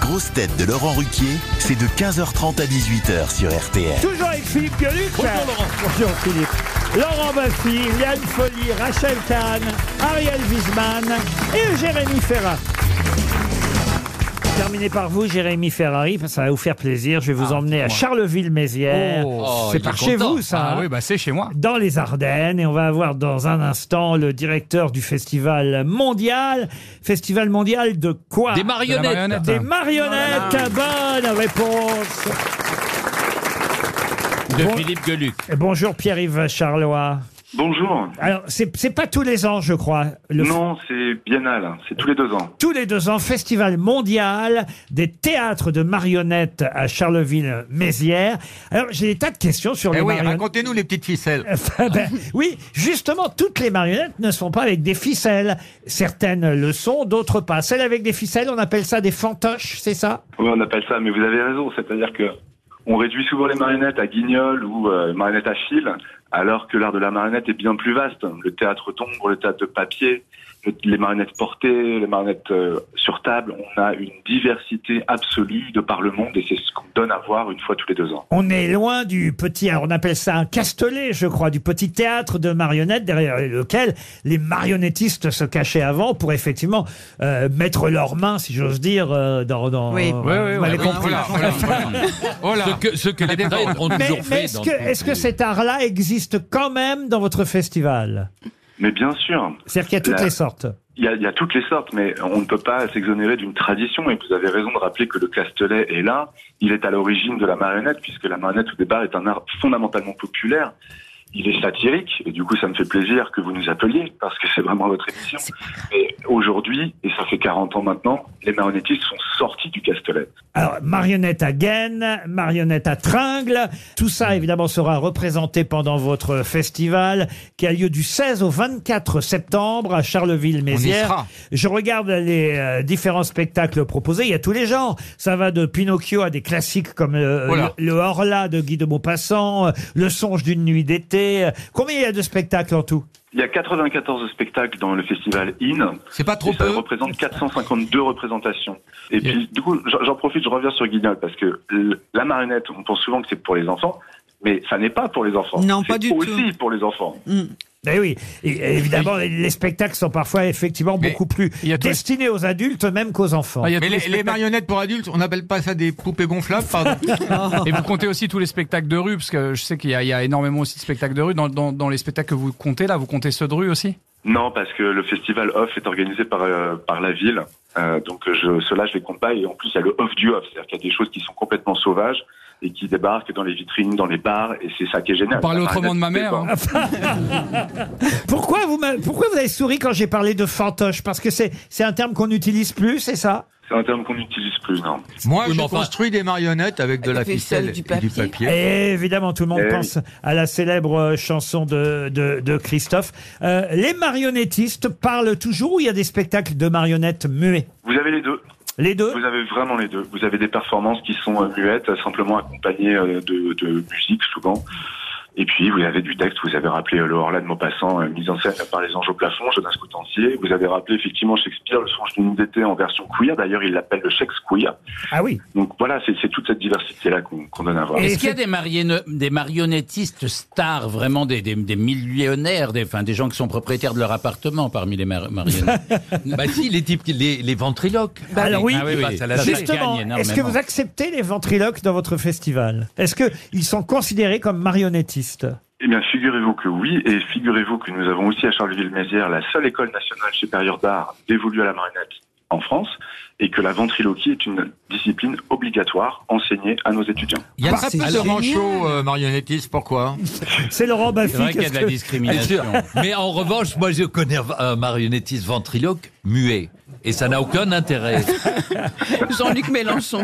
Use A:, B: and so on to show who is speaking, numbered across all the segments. A: grosses têtes de Laurent Ruquier, c'est de 15h30 à 18h sur RTL.
B: Toujours avec Philippe Gueluc.
C: Bonjour, Laurent.
B: Bonjour Philippe. Laurent Baffy, Yann Folly, Rachel Kahn, Ariel Wiesman et Jérémy Ferrat. Terminé par vous, Jérémy Ferrari, parce que ça va vous faire plaisir. Je vais vous emmener à Charleville-Mézières. Oh,
D: Oh,
B: c'est
C: Ah, il
B: par
C: est
B: chez
C: content.
B: vous, ça.
C: Ah
B: hein
C: oui, bah c'est chez moi.
B: dans les Ardennes et on va avoir dans un instant le directeur du festival mondial. Festival mondial de quoi
E: Des marionnettes.
C: De la marionnette.
B: Des
C: Oh
B: marionnettes. Bonne réponse.
E: De
B: Bon-
E: Philippe Gueluc.
B: Et bonjour Pierre-Yves Charlois.
F: Bonjour.
B: Alors, c'est c'est pas tous les ans, je crois. Le
F: Non, c'est biennal, hein. c'est tous les deux ans.
B: tous les deux ans, festival mondial des théâtres de marionnettes à Charleville-Mézières. Alors, j'ai des tas de questions sur
C: Eh
B: les
C: oui,
B: marionnettes.
C: racontez-nous les petites ficelles.
B: Enfin, ben, oui, justement, toutes les marionnettes ne sont pas avec des ficelles. Certaines le sont, d'autres pas. Celles avec des ficelles, on appelle ça des fantoches, c'est ça
F: Oui, on appelle ça, mais vous avez raison, c'est-à-dire que on réduit souvent les marionnettes à guignols ou euh, marionnettes à fil, alors que l'art de la marionnette est bien plus vaste. Le théâtre d'ombre, le théâtre de papier, le- les marionnettes portées, les marionnettes euh, sur table, on a une diversité absolue de par le monde et c'est ce qu'on donne à voir une fois tous les deux ans.
B: On est loin du petit, alors on appelle ça un castelet, je crois, du petit théâtre de marionnettes derrière lequel les marionnettistes se cachaient avant pour effectivement euh, mettre leurs mains, si j'ose dire, euh, dans... dans
G: Oui.
B: vous
C: Oui, oui,
B: m'avez
C: oui,
B: compris.
C: voilà, voilà, voilà. Oh là.
E: Ce que, ce que les prêtres ont
B: Mais,
E: toujours
B: mais
E: fait.
B: est-ce
E: dans-
B: que, est-ce que cet art-là existe quand même dans votre festival
F: Mais bien sûr,
B: C'est-à-dire qu'il y a toutes
F: Là.
B: les sortes.
F: Il y, a, il y a toutes les sortes, mais on ne peut pas s'exonérer d'une tradition. Et vous avez raison de rappeler que le castelet est là. Il est à l'origine de la marionnette, puisque la marionnette au départ est un art fondamentalement populaire. Il est satirique, et du coup, ça me fait plaisir que vous nous appeliez, parce que c'est vraiment votre émission. Et aujourd'hui, et ça fait 40 ans maintenant, les marionnettistes sont sortis du castelet.
B: Alors, marionnette à gaine, marionnette à tringle, tout ça évidemment sera représenté pendant votre festival qui a lieu du 16 au 24 septembre à
C: On y
B: Charleville-Mézières.
C: sera.
B: Je regarde les euh, différents spectacles proposés, il y a tous les genres. Ça va de Pinocchio à des classiques comme euh,
C: Voilà.
B: le, le Horla de Guy de Maupassant, euh, Le songe d'une nuit d'été. Combien il y a de spectacles en tout
F: Il y a 94 spectacles dans le festival IN,
C: C'est pas trop
F: Et ça
C: peu.
F: représente 452 représentations. Et
C: Yeah.
F: puis, du coup, j'en j'en profite, je reviens sur Guignol, parce que l- la marionnette, on pense souvent que c'est pour les enfants, mais ça n'est pas pour les enfants.
G: Non,
F: C'est
G: pas du Mm.
F: aussi pour les enfants.
B: Eh oui, et- et évidemment, les- les spectacles sont parfois effectivement
C: Mais
B: beaucoup plus
C: il y a tous les-
B: destinés aux adultes même qu'aux enfants.
D: Ah, il y a
C: Mais
D: tous les
C: les, les
D: spectacles-
C: marionnettes pour adultes, on n'appelle pas ça des poupées gonflables, pardon.
D: Et vous comptez aussi tous les spectacles de rue, parce que je sais qu'il y, a- il y a énormément aussi de spectacles de rue. Dans, dans- dans les spectacles que vous comptez là, vous comptez ceux de rue aussi
F: Non, parce que le festival off est organisé par, euh, par la ville. Euh, donc, je, ceux-là, je les compte pas. Et en plus, il y a le off du off. C'est-à-dire qu'il y a des choses qui sont complètement sauvages et qui débarquent dans les vitrines, dans les bars, et c'est ça qui est génial.
D: On parlait
C: Ah,
F: La
C: bah,
D: autrement de ma
F: marionnette,
D: mère. hein.
B: Pourquoi vous, m'a- pourquoi vous avez souri quand j'ai parlé de fantoche Parce que c'est c'est un terme qu'on n'utilise plus, c'est ça
F: C'est un terme qu'on n'utilise plus, non.
C: Moi,
E: Oui,
C: je
E: mais enfin-
C: construis des marionnettes avec de
G: Avec
C: la
G: des ficelles,
C: ficelle
G: du
C: et du
G: papier.
C: papier.
B: Et évidemment, tout le monde
F: Eh oui.
B: pense à la célèbre euh, chanson de, de, de Christophe. Euh, les marionnettistes parlent toujours ou il y a des spectacles de marionnettes muets
F: Vous avez les deux.
B: Les deux
F: Vous avez vraiment les deux. Vous avez des performances qui sont euh, muettes, euh, simplement accompagnées euh, de, de musique souvent. Et puis vous avez du texte. Vous avez rappelé euh, le Horla de Maupassant, euh, mise en scène par les anges au plafond, Jonas Coutancier. Vous avez rappelé effectivement Shakespeare, le songe d'une nuit d'été en version queer. D'ailleurs, il l'appelle le Shakespeare.
B: Ah oui.
F: Donc voilà, c'est c'est toute cette diversité là qu'on qu'on donne à voir.
B: Et-
E: Est-ce qu'il y a des, marionne- des marionnettistes stars, vraiment des, des, des millionnaires, des, enfin, des gens qui sont propriétaires de leur appartement parmi les mar- marionnettes
C: Bah si, les types, les, les ventriloques.
B: Bah, Alors oui,
E: Ah oui, oui. Ça, ça
B: justement,
E: gagne
B: est-ce que
E: énormément.
B: vous acceptez les ventriloques dans votre festival Est-ce que ils sont considérés comme marionnettistes
F: Eh bien, figurez-vous que oui, et figurez-vous que nous avons aussi à Charleville-Mézières la seule école nationale supérieure d'art dévolue à la marionnette en France, et que la ventriloquie est une discipline obligatoire enseignée à nos étudiants.
C: Il y a
B: Bah,
C: très
B: c'est
C: peu de
B: génial.
C: manchots euh, marionnettistes, pourquoi
B: C'est Laurent Baffy.
E: C'est vrai qu'il y a
B: qu'est-ce
E: de la
B: que-
E: discrimination.
H: Mais en revanche, moi je connais un marionnettiste ventriloque muet. Et ça n'a aucun intérêt.
G: Jean-Luc Mélenchon.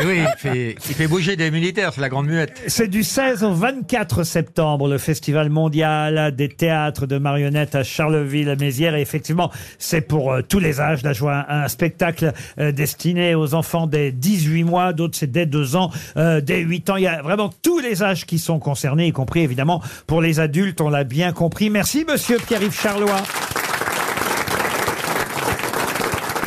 C: Eh Oui, il fait, il fait bouger des militaires, c'est la grande muette.
B: C'est du 16 au 24 septembre, le Festival mondial des théâtres de marionnettes à Charleville-Mézières. Et effectivement, c'est pour euh, tous les âges. Là, je vois un, un spectacle euh, destiné aux enfants dès 18 mois, d'autres c'est dès 2 ans, euh, dès 8 ans. Il y a vraiment tous les âges qui sont concernés, y compris évidemment pour les adultes, on l'a bien compris. Merci monsieur Pierre-Yves Charlois.